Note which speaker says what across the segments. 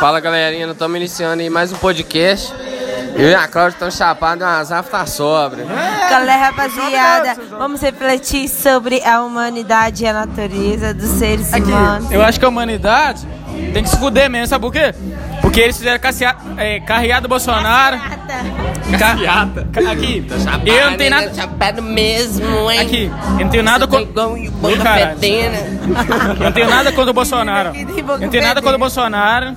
Speaker 1: Fala galerinha, nós estamos iniciando aí mais um podcast. Eu e a Cláudia estamos chapados, umas aftas tá sobra.
Speaker 2: Galera, rapaziada, vamos refletir sobre a humanidade e a natureza dos seres humanos.
Speaker 3: Eu acho que a humanidade tem que se fuder mesmo, sabe por quê? Porque eles fizeram cassia- é, carreado do Bolsonaro. Carreata. aqui. eu não tenho nada.
Speaker 1: Chapado mesmo, hein?
Speaker 3: Aqui. Eu não tenho nada contra. Ih, caralho. Eu não tenho nada contra o Bolsonaro.
Speaker 2: Tem boca
Speaker 3: Eu não tenho nada
Speaker 2: fedendo.
Speaker 3: contra o Bolsonaro.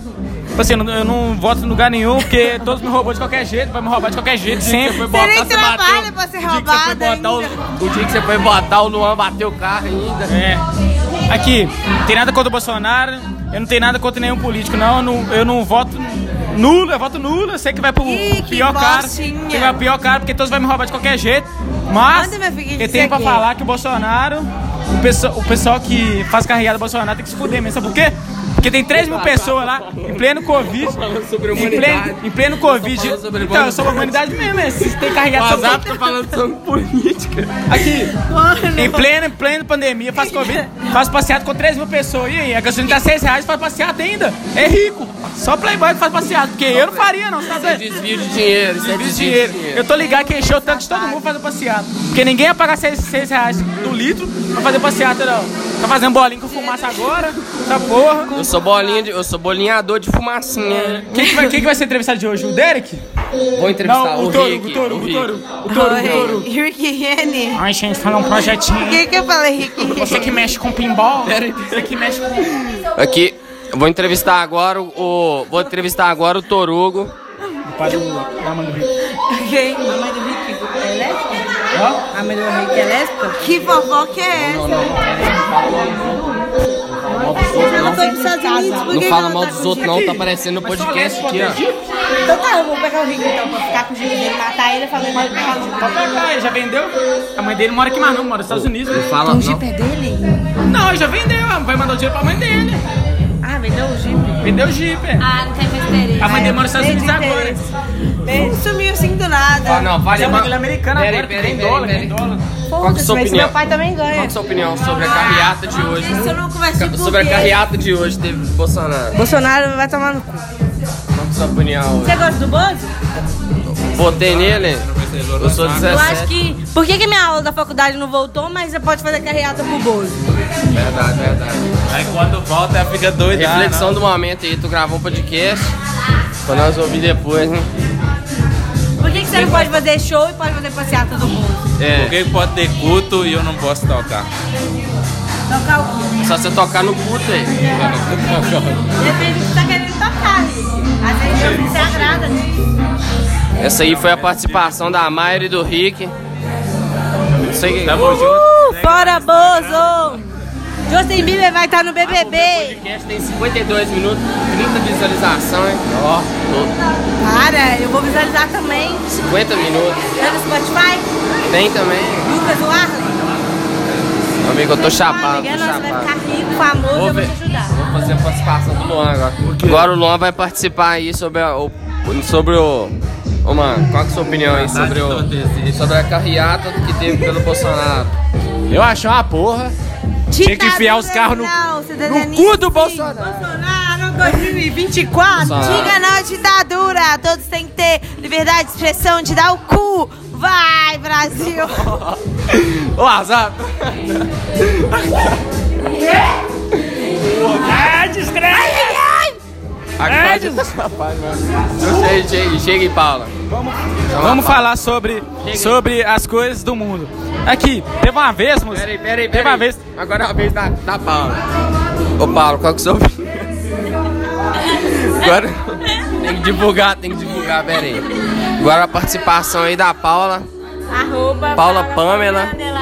Speaker 3: Tipo assim, eu não- eu não voto em lugar nenhum, porque todos me roubam de qualquer jeito, vai me roubar de qualquer jeito, sempre.
Speaker 2: Você nem trabalha pra ser roubado ainda.
Speaker 1: O dia que você foi botar o Luan bateu o carro ainda.
Speaker 3: É. Aqui, não tem nada contra o Bolsonaro, eu não tenho nada contra nenhum político, não. Eu não, eu não voto nulo, eu voto nulo, eu sei que vai pro
Speaker 2: Ih, que
Speaker 3: pior cara.
Speaker 2: bostinha.
Speaker 3: Que vai pro pior cara, porque todos vão me roubar de qualquer jeito. Mas
Speaker 2: Manda, minha filha,
Speaker 3: eu
Speaker 2: dizer
Speaker 3: tenho pra
Speaker 2: aqui.
Speaker 3: falar que o Bolsonaro, o pessoal, o pessoal que faz carreada do Bolsonaro tem que se fuder mesmo, sabe por quê? Porque tem 3 mil pessoas lá, em pleno Covid.
Speaker 1: sobre
Speaker 3: Em pleno, em pleno Covid.
Speaker 1: falando sobre
Speaker 3: Então, eu sou uma humanidade mesmo, é, se tem carreada sobre-
Speaker 1: tá falando sobre política.
Speaker 3: Aqui,
Speaker 2: Mano.
Speaker 3: em plena, em plena pandemia, faz Covid, faz passeado com 3 mil pessoas. E aí, a gasolina tá 6 reais, faz passeado ainda. É rico. Só playboy que faz passeado, porque eu não faria não, tá doido?
Speaker 1: Desvio de dinheiro, isso é
Speaker 3: Desvio de
Speaker 1: desvio
Speaker 3: dinheiro. Eu tô ligado que encheu o tanque de todo mundo fazendo passeado. Porque ninguém ia pagar 6, reais do litro pra fazer passeado, não. Tá fazendo bolinho com fumaça agora, essa porra.
Speaker 1: Eu sou bolinha de, eu sou bolinhador de fumacinha.
Speaker 3: Quem que, vai, quem que vai ser entrevistado de hoje? O Derek?
Speaker 1: Vou entrevistar
Speaker 3: não,
Speaker 1: o,
Speaker 3: o touro,
Speaker 1: Rick.
Speaker 3: o touro, o
Speaker 1: Rick.
Speaker 3: touro, o touro, o touro.
Speaker 2: Oi, Rick Henry.
Speaker 3: Ai, gente, falar um projetinho.
Speaker 2: Por que, que eu falei Rick
Speaker 3: Você
Speaker 2: Henry?
Speaker 3: que mexe com pinball,
Speaker 1: Peraí.
Speaker 3: você que mexe com...
Speaker 1: Aqui, eu vou entrevistar agora o, o- Vou entrevistar agora o Torugo.
Speaker 3: Para o da mãe do Rick.
Speaker 2: Quem? A mãe do Rick é lésbica? A mãe do Rick é lésbica? Que fofoca é essa? Ela foi pros Estados Unidos, por
Speaker 1: Não
Speaker 2: que
Speaker 1: fala
Speaker 2: que ela
Speaker 1: mal
Speaker 2: tá
Speaker 1: dos
Speaker 2: com
Speaker 1: outros,
Speaker 2: o
Speaker 1: não.
Speaker 2: Rick?
Speaker 1: Tá aparecendo no podcast aqui, ó.
Speaker 2: Então tá, eu vou pegar o Rick então, pra ficar com o Júlio dele, matar ele e falar mal
Speaker 3: Pode pegar, ele já vendeu. A mãe dele mora aqui mais não, mora nos Estados Unidos.
Speaker 1: Não fala, não.
Speaker 2: é dele?
Speaker 3: Não, ele já vendeu, vai mandar o dinheiro pra mãe dele.
Speaker 2: Ah, vendeu o Jeep.
Speaker 3: Vendeu o Jeep, é.
Speaker 4: Ah, não tem muito interesse.
Speaker 3: A mãe dele mora nos Estados Unidos agora.
Speaker 2: Bem, sumiu assim do
Speaker 1: Fala,
Speaker 2: nada.
Speaker 1: Ah, não, fala,
Speaker 3: Mas a mãe dele é
Speaker 1: mano.
Speaker 3: americana
Speaker 1: Peraí,
Speaker 3: agora, porque
Speaker 1: peraí,
Speaker 3: tem
Speaker 1: peraí,
Speaker 3: dólar, tem
Speaker 1: peraí.
Speaker 3: dólar.
Speaker 1: Qual que é a sua
Speaker 2: mas
Speaker 1: opinião?
Speaker 2: meu pai também
Speaker 1: Qual que é
Speaker 2: ganha.
Speaker 1: a sua opinião sobre a carreata de hoje?
Speaker 2: Gente, se eu não converso com
Speaker 1: Sobre a
Speaker 2: ninguém.
Speaker 1: carreata de hoje, teve Bolsonaro.
Speaker 2: Bolsonaro vai tomar no cu.
Speaker 1: Qual que é a sua opinião hoje?
Speaker 2: Você gosta do Bozo?
Speaker 1: Votei nele? Eu sou
Speaker 4: Eu acho
Speaker 1: 17.
Speaker 4: que. Por que, que minha aula da faculdade não voltou, mas você pode fazer carreata pro Bozo?
Speaker 1: Verdade, verdade.
Speaker 5: Aí quando volta, ela fica doida.
Speaker 1: Reflexão do momento aí, tu gravou um podcast. Pra nós ouvir depois, né?
Speaker 4: Por que, que você não pode fazer show e pode fazer passeata do Bozo?
Speaker 5: Por
Speaker 1: É,
Speaker 5: que pode ter culto e eu não posso tocar?
Speaker 4: Tocar o né? cu.
Speaker 1: só você tocar no culto aí.
Speaker 4: Depende do que você tá querendo tocar, Rick. Às vezes você agrada, né?
Speaker 1: Essa aí foi a participação da Mayra e do Rick. Não sei quem.
Speaker 5: Tamo junto.
Speaker 4: Uh,
Speaker 1: né?
Speaker 4: fora Bozo! Justin Bieber vai estar no BBB.
Speaker 1: podcast tem 52 minutos, 30 visualizações. Ó, tô-
Speaker 4: Para, eu vou visualizar também.
Speaker 1: 50 minutos.
Speaker 4: Tá no Spotify?
Speaker 1: Tem também.
Speaker 4: Lucas, o Arlen?
Speaker 1: Meu amigo, eu tô
Speaker 4: Ah,
Speaker 1: chapado, tô
Speaker 4: Miguel, nós vai
Speaker 1: chapado.
Speaker 4: ficar rico, famoso,
Speaker 1: Vou
Speaker 4: eu vou
Speaker 1: ver.
Speaker 4: te ajudar.
Speaker 1: Vou fazer a participação do Luan agora. Agora o Luan vai participar aí sobre a- o. Sobre o. Ô mano, qual que é a sua opinião aí sobre o. Sobre a carreata que teve pelo Bolsonaro?
Speaker 3: Eu acho uma porra. Tinha que enfiar os carros no-
Speaker 2: no
Speaker 3: cu do Bolsonaro.
Speaker 2: Bolsonaro 2024.
Speaker 1: Bolsonaro.
Speaker 2: Diga não à ditadura. Todos têm que ter liberdade de expressão, de dar o cu. Vai, Brasil.
Speaker 3: Ô, azar. Ah, desgraça.
Speaker 1: Agora Você che- chega em Paula.
Speaker 3: Vamos falar sobre, sobre as coisas do mundo. Aqui, teve uma vez, moço.
Speaker 1: Peraí, peraí,
Speaker 3: Teve uma
Speaker 1: peraí.
Speaker 3: vez.
Speaker 1: Agora é a vez da, da Paula. Ô Paulo, qual que é a sua opinião? Agora. Tem que divulgar, tem que divulgar, peraí. Agora a participação aí da Paula.
Speaker 4: Arroba
Speaker 1: Paula Pamela.
Speaker 4: Underline.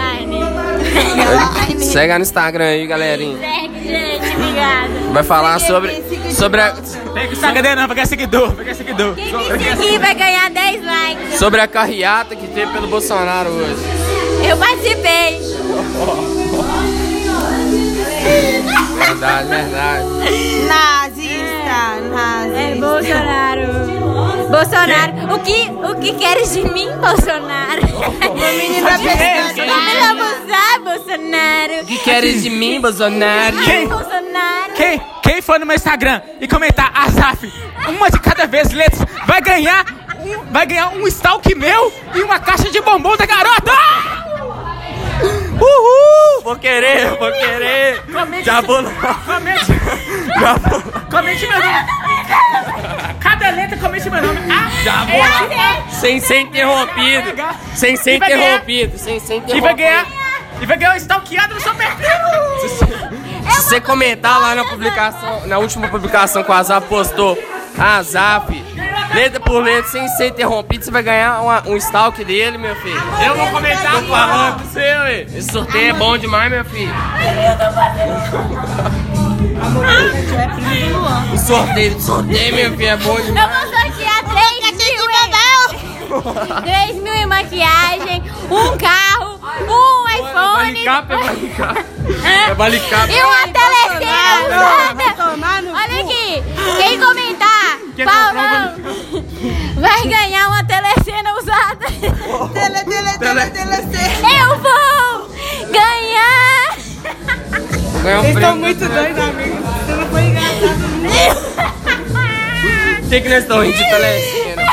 Speaker 1: Segue no Instagram aí, galerinha.
Speaker 4: Segue, gente, obrigada.
Speaker 1: Vai falar sobre. Sobre a,
Speaker 3: Tem que estar cadê não, porque é seguidor, porque é seguidor.
Speaker 4: Quem me seguir vai ganhar 10 likes.
Speaker 1: sobre a carreata que teve pelo Bolsonaro hoje.
Speaker 4: Eu participei.
Speaker 1: Verdade, verdade.
Speaker 2: Nazista,
Speaker 4: É
Speaker 2: nazista.
Speaker 4: Bolsonaro. Bolsonaro. O que, o que queres de mim, Bolsonaro?
Speaker 2: menina pesada.
Speaker 4: Vamos abusar, Bolsonaro.
Speaker 1: Que queres de mim, Bolsonaro?
Speaker 4: Ai, Bolsonaro.
Speaker 3: Quem, quem for no meu Instagram e comentar Azaf, uma de cada vez letras, vai ganhar um, vai ganhar um stalk meu e uma caixa de bombom da garota! Uhul!
Speaker 5: Vou querer, vou querer.
Speaker 3: Comente,
Speaker 5: Já vou lá.
Speaker 3: comente,
Speaker 5: Já vou lá.
Speaker 3: comente meu nome. Cada letra comente meu nome. Ah,
Speaker 5: Já vou lá. Sem ser interrompido. Sem ser
Speaker 3: E vai ganhar.
Speaker 5: interrompido. Sem ser
Speaker 3: é. e
Speaker 5: interrompido.
Speaker 3: vai ganhar, e vai ganhar um stalkeado no seu perfil!
Speaker 1: Se você comentar lá na publicação, na última publicação que o Azaf postou, Azaf, letra por letra, sem ser interrompido, você vai ganhar uma- um stalk dele, meu filho.
Speaker 5: Eu vou comentar com a roupa pra você, ué.
Speaker 1: Esse sorteio é bom demais, meu filho. O sorteio, o sorteio, meu filho, é bom demais.
Speaker 4: Eu vou sortear 3 mil em babão, 3 mil em maquiagem, um carro, um iPhone.
Speaker 1: É balicap.
Speaker 4: E uma telecena
Speaker 2: Vai
Speaker 4: usada.
Speaker 2: tomar no
Speaker 4: Olha aqui, quem comentar, Paulão, vai ganhar uma telecena usada.
Speaker 2: Tele, tele, tele, tele, tele.
Speaker 4: Eu vou ganhar.
Speaker 1: Ganhou um
Speaker 2: Vocês estão
Speaker 1: prêmio.
Speaker 2: muito doidos, amigos. Você não foi engraçado
Speaker 1: O que que nós estamos rindo de telecena?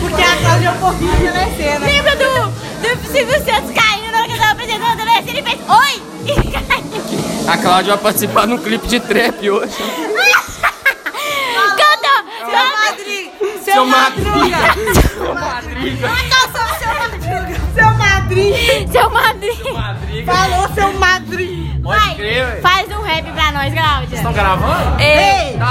Speaker 2: porque a Cláudia é um pouquinho telecena.
Speaker 4: Lembra do, do Silvio Santos caindo na hora que eu tava apresentando a telecena e fez oi e caiu.
Speaker 1: A Cláudia vai participar de um clipe de trap hoje.
Speaker 4: Canta,
Speaker 2: Seu
Speaker 4: canta.
Speaker 2: Madriga. Seu Madruga. Seu Madriga.
Speaker 4: Seu madrinho.
Speaker 2: Falou seu Madriga.
Speaker 4: Vai, faz um rap pra nós, Cláudia. Estão gravando?
Speaker 2: Ei, vai,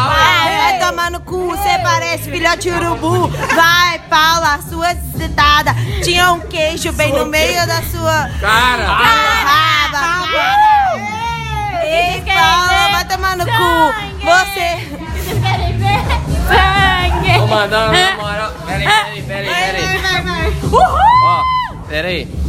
Speaker 2: vai
Speaker 4: Ei.
Speaker 2: tomar no cu, você parece filhote urubu. Vai, Paula, sua citada. Tinha um queijo bem no meio da sua
Speaker 1: Cara,
Speaker 2: raba.
Speaker 1: é
Speaker 2: Ei, Paula, vai tomar no cu. Você.
Speaker 4: Vocês querem ver? Sangue.
Speaker 1: tô mandando na moral. Peraí, peraí, peraí, peraí.
Speaker 4: Uhul.
Speaker 1: Ó, peraí.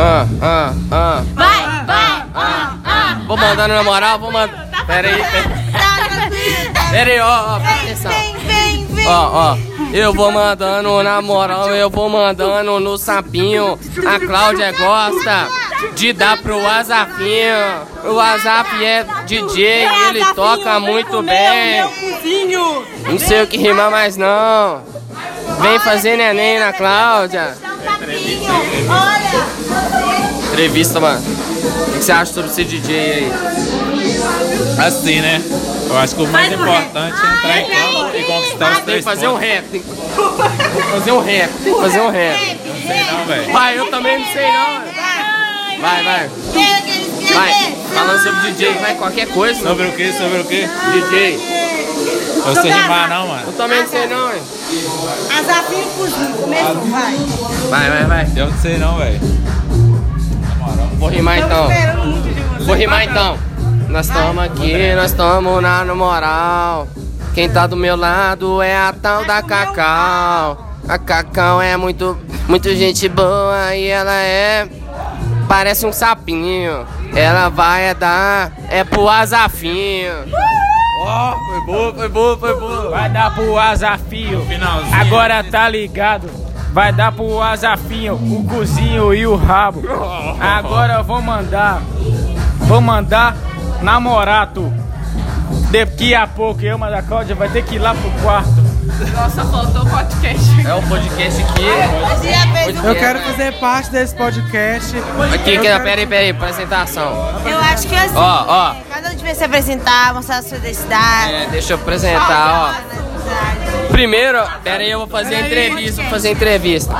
Speaker 1: Ah, ah, ah.
Speaker 4: Vai, vai. Ah, ah.
Speaker 1: Vou mandando na moral, vou mandar. Peraí, peraí. Peraí, ó, ó, presta atenção.
Speaker 2: Vem, vem, vem.
Speaker 1: Ó, ó, eu vou mandando na moral, eu vou mandando no sapinho. A Cláudia gosta de dar pro Azafinho. O Azaf é DJ, ele toca muito bem. Não sei o que rimar mais não. Vem fazer neném na Cláudia. Entrevista, mano. O que você acha sobre ser DJ aí?
Speaker 5: Assim, né? Eu acho que o mais importante é entrar em campo e conquistar os
Speaker 1: Tem que
Speaker 5: três
Speaker 1: fazer um
Speaker 5: pontos.
Speaker 1: rap. Tem que fazer um rap. Tem que fazer um rap.
Speaker 5: Não, velho.
Speaker 1: Vai, eu também não sei não. Vai, vai. Vai, falando sobre DJ, vai qualquer coisa, mano.
Speaker 5: Sobre o que? Sobre o que?
Speaker 1: DJ.
Speaker 5: Eu sei rimar não, mano.
Speaker 1: Eu também não sei não, hein?
Speaker 2: Azafinho cozinho. Começou, vai.
Speaker 1: Vai, vai, vai.
Speaker 5: Eu não sei não, velho.
Speaker 1: Vou rimar então.
Speaker 2: Tô esperando muito de você.
Speaker 1: Vou rimar então. Nós estamos aqui, nós estamos na no moral. Quem tá do meu lado é a tal da
Speaker 6: um
Speaker 1: Cacau. A Cacau é muito, muito gente boa e ela é. Parece um sapinho. Ela vai é dar. É pro azafinho.
Speaker 5: Ó, foi boa, foi boa, foi boa.
Speaker 3: Vai dar pro Azafio.
Speaker 5: Finalzinho.
Speaker 3: Agora tá ligado. Vai dar pro Azafinho, o cozinho e o rabo. Agora eu vou mandar. Vou mandar namorato. Daqui a pouco eu, mas a Cláudia vai ter que ir lá pro quarto.
Speaker 1: É o podcast é aqui.
Speaker 2: Hoje já fez um-
Speaker 6: Eu quero fazer parte desse podcast.
Speaker 1: Aqui,
Speaker 6: Eu
Speaker 1: que,
Speaker 6: quero-
Speaker 1: peraí, peraí, apresentação.
Speaker 2: Eu acho que assim.
Speaker 1: Ó, ó.
Speaker 2: Cada um devia se apresentar, mostrar a sua identidade.
Speaker 1: É, deixa eu apresentar, ó.
Speaker 2: ó.
Speaker 1: Primeiro, pera aí, eu vou fazer a entrevista, vou fazer a entrevista.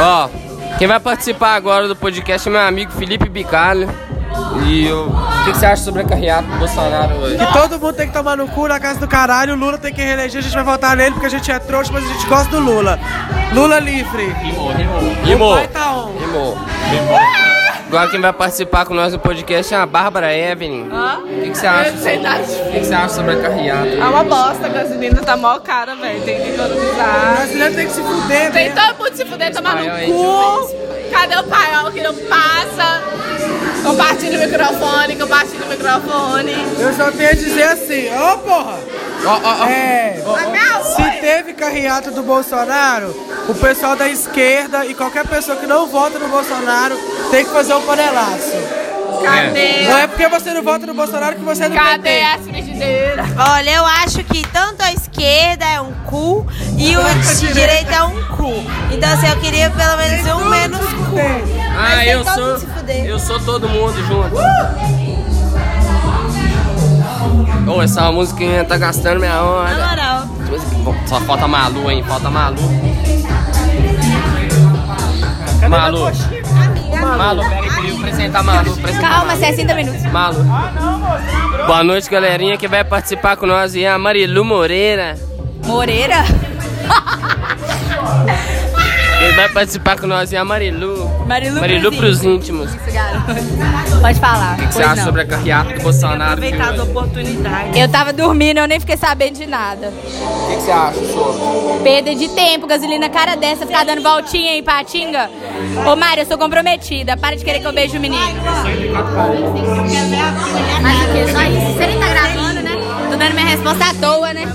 Speaker 1: Ó, quem vai participar agora do podcast é meu amigo Felipe Bicalho. E eu- o que, que você acha sobre a carreata do Bolsonaro hoje?
Speaker 6: Que todo mundo tem que tomar no cu na casa do caralho. O Lula tem que reeleger, a gente vai votar nele porque a gente é trouxa, mas a gente gosta do Lula. Lula livre.
Speaker 1: Rimou,
Speaker 6: O pai tá on.
Speaker 1: rimou. Agora quem vai participar com nós do podcast é a Bárbara Evelyn. O que, que você acha? sobre- O que, que você acha sobre a carreata?
Speaker 2: Ah,
Speaker 7: É uma bosta, a gasolina tá mó cara, velho. Tem que
Speaker 6: O
Speaker 7: economizar.
Speaker 6: brasileiro tem que se fuder,
Speaker 7: Tem
Speaker 6: velho.
Speaker 7: todo mundo se fuder, tomar no
Speaker 1: Espanhol, hein,
Speaker 7: cu. Cadê o paiol que não passa? Compartilha o microfone, compartilha o microfone.
Speaker 6: Eu só tenho a dizer assim, ô porra!
Speaker 1: Ó, ó, ó.
Speaker 6: É. Se teve carreata do Bolsonaro, o pessoal da esquerda e qualquer pessoa que não vota no Bolsonaro tem que fazer um panelaço.
Speaker 7: Cadê?
Speaker 6: Não é porque você não vota no Bolsonaro que você é do
Speaker 7: Cadê
Speaker 6: PT.
Speaker 7: as direita.
Speaker 2: Olha, eu acho que tanto a esquerda é um cu e o de direita é um cu. Então, assim, eu queria pelo menos um menos cu. Mas
Speaker 1: Ah,
Speaker 2: tem
Speaker 1: eu
Speaker 2: todo
Speaker 1: sou.
Speaker 2: mundo se fuder. Uh!
Speaker 1: Eu sou todo mundo junto. Ô, essa musiquinha tá gastando minha
Speaker 2: Na
Speaker 1: onda.
Speaker 2: moral.
Speaker 1: Só falta Malu, hein? Falta Malu. Malu. Malu, peraí, queria apresentar Malu. apresentar
Speaker 4: Calma, 60 minutos.
Speaker 1: Malu. Boa noite, galerinha que vai participar com nós e a Marilu Moreira.
Speaker 4: Moreira?
Speaker 1: Quem vai participar com nós é a Marilu.
Speaker 4: Marilu
Speaker 1: Marilu
Speaker 4: pros
Speaker 1: pros íntimos. O que
Speaker 4: Pode falar.
Speaker 1: você
Speaker 4: Pois
Speaker 1: acha
Speaker 4: não.
Speaker 1: sobre a carreata do Bolsonaro? que
Speaker 2: Aproveitar as
Speaker 1: hoje?
Speaker 2: oportunidades.
Speaker 4: Eu tava dormindo, eu nem fiquei sabendo de nada.
Speaker 1: O que que você acha sobre?
Speaker 4: Perda de tempo, gasolina cara dessa, ficar dando voltinha em patinga. Ô Mário, eu sou comprometida. Para de querer que eu beije o menino. Mas o que? Só isso? Você nem tá gravando, né? Tô dando minha resposta à toa, né?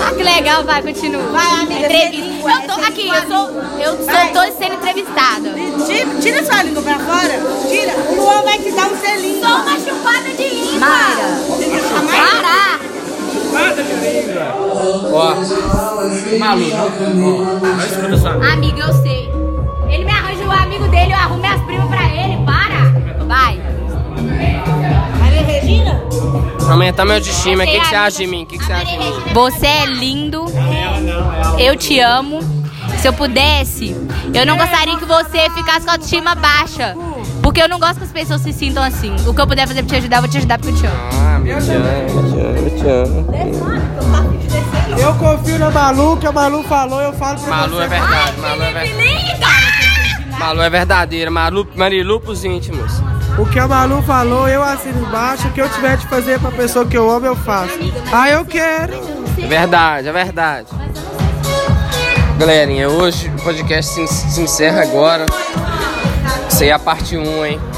Speaker 4: Ah, que legal, vai, é continua.
Speaker 2: Vai, amiga,
Speaker 4: Entrevista.
Speaker 2: sem língua,
Speaker 4: Eu tô
Speaker 2: sem
Speaker 4: aqui,
Speaker 2: língua,
Speaker 4: eu sou. Eu sou tô sendo entrevistada.
Speaker 2: Tira, tira sua língua pra fora. Tira. O Luan vai te dar um selinho.
Speaker 4: Sou uma chupada de língua. Para!
Speaker 1: Ó, Malu, não, ó, não escuta sua
Speaker 4: Amiga, eu sei. Ele me arranja o amigo dele, eu arrumo minhas primas pra ele. Para! Vai!
Speaker 1: Aumentar tá meu autoestima. O que, que você
Speaker 4: é Amiga,
Speaker 1: acha de mim? O que, que você acha de mim?
Speaker 4: Você é lindo. Eu te amo. Se eu pudesse, eu não gostaria que você ficasse com a autoestima baixa. Porque eu não gosto que as pessoas se sintam assim. O que eu puder fazer pra te ajudar, eu vou te ajudar porque eu te amo.
Speaker 1: Ah, me amo, me amo, me amo.
Speaker 6: Eu confio na Malu, que a Malu falou, eu falo pra
Speaker 1: Malu é
Speaker 6: você.
Speaker 1: verdade, Malu é verdade. Malu é verdadeira, Malu, Marilu pros íntimos.
Speaker 6: O que a Malu falou, eu assino embaixo. O que eu tiver de fazer pra pessoa que eu amo, eu faço. Ah, eu quero.
Speaker 1: É verdade, é verdade. Galerinha, hoje o podcast se, se encerra agora. Isso aí é a parte 1, hein?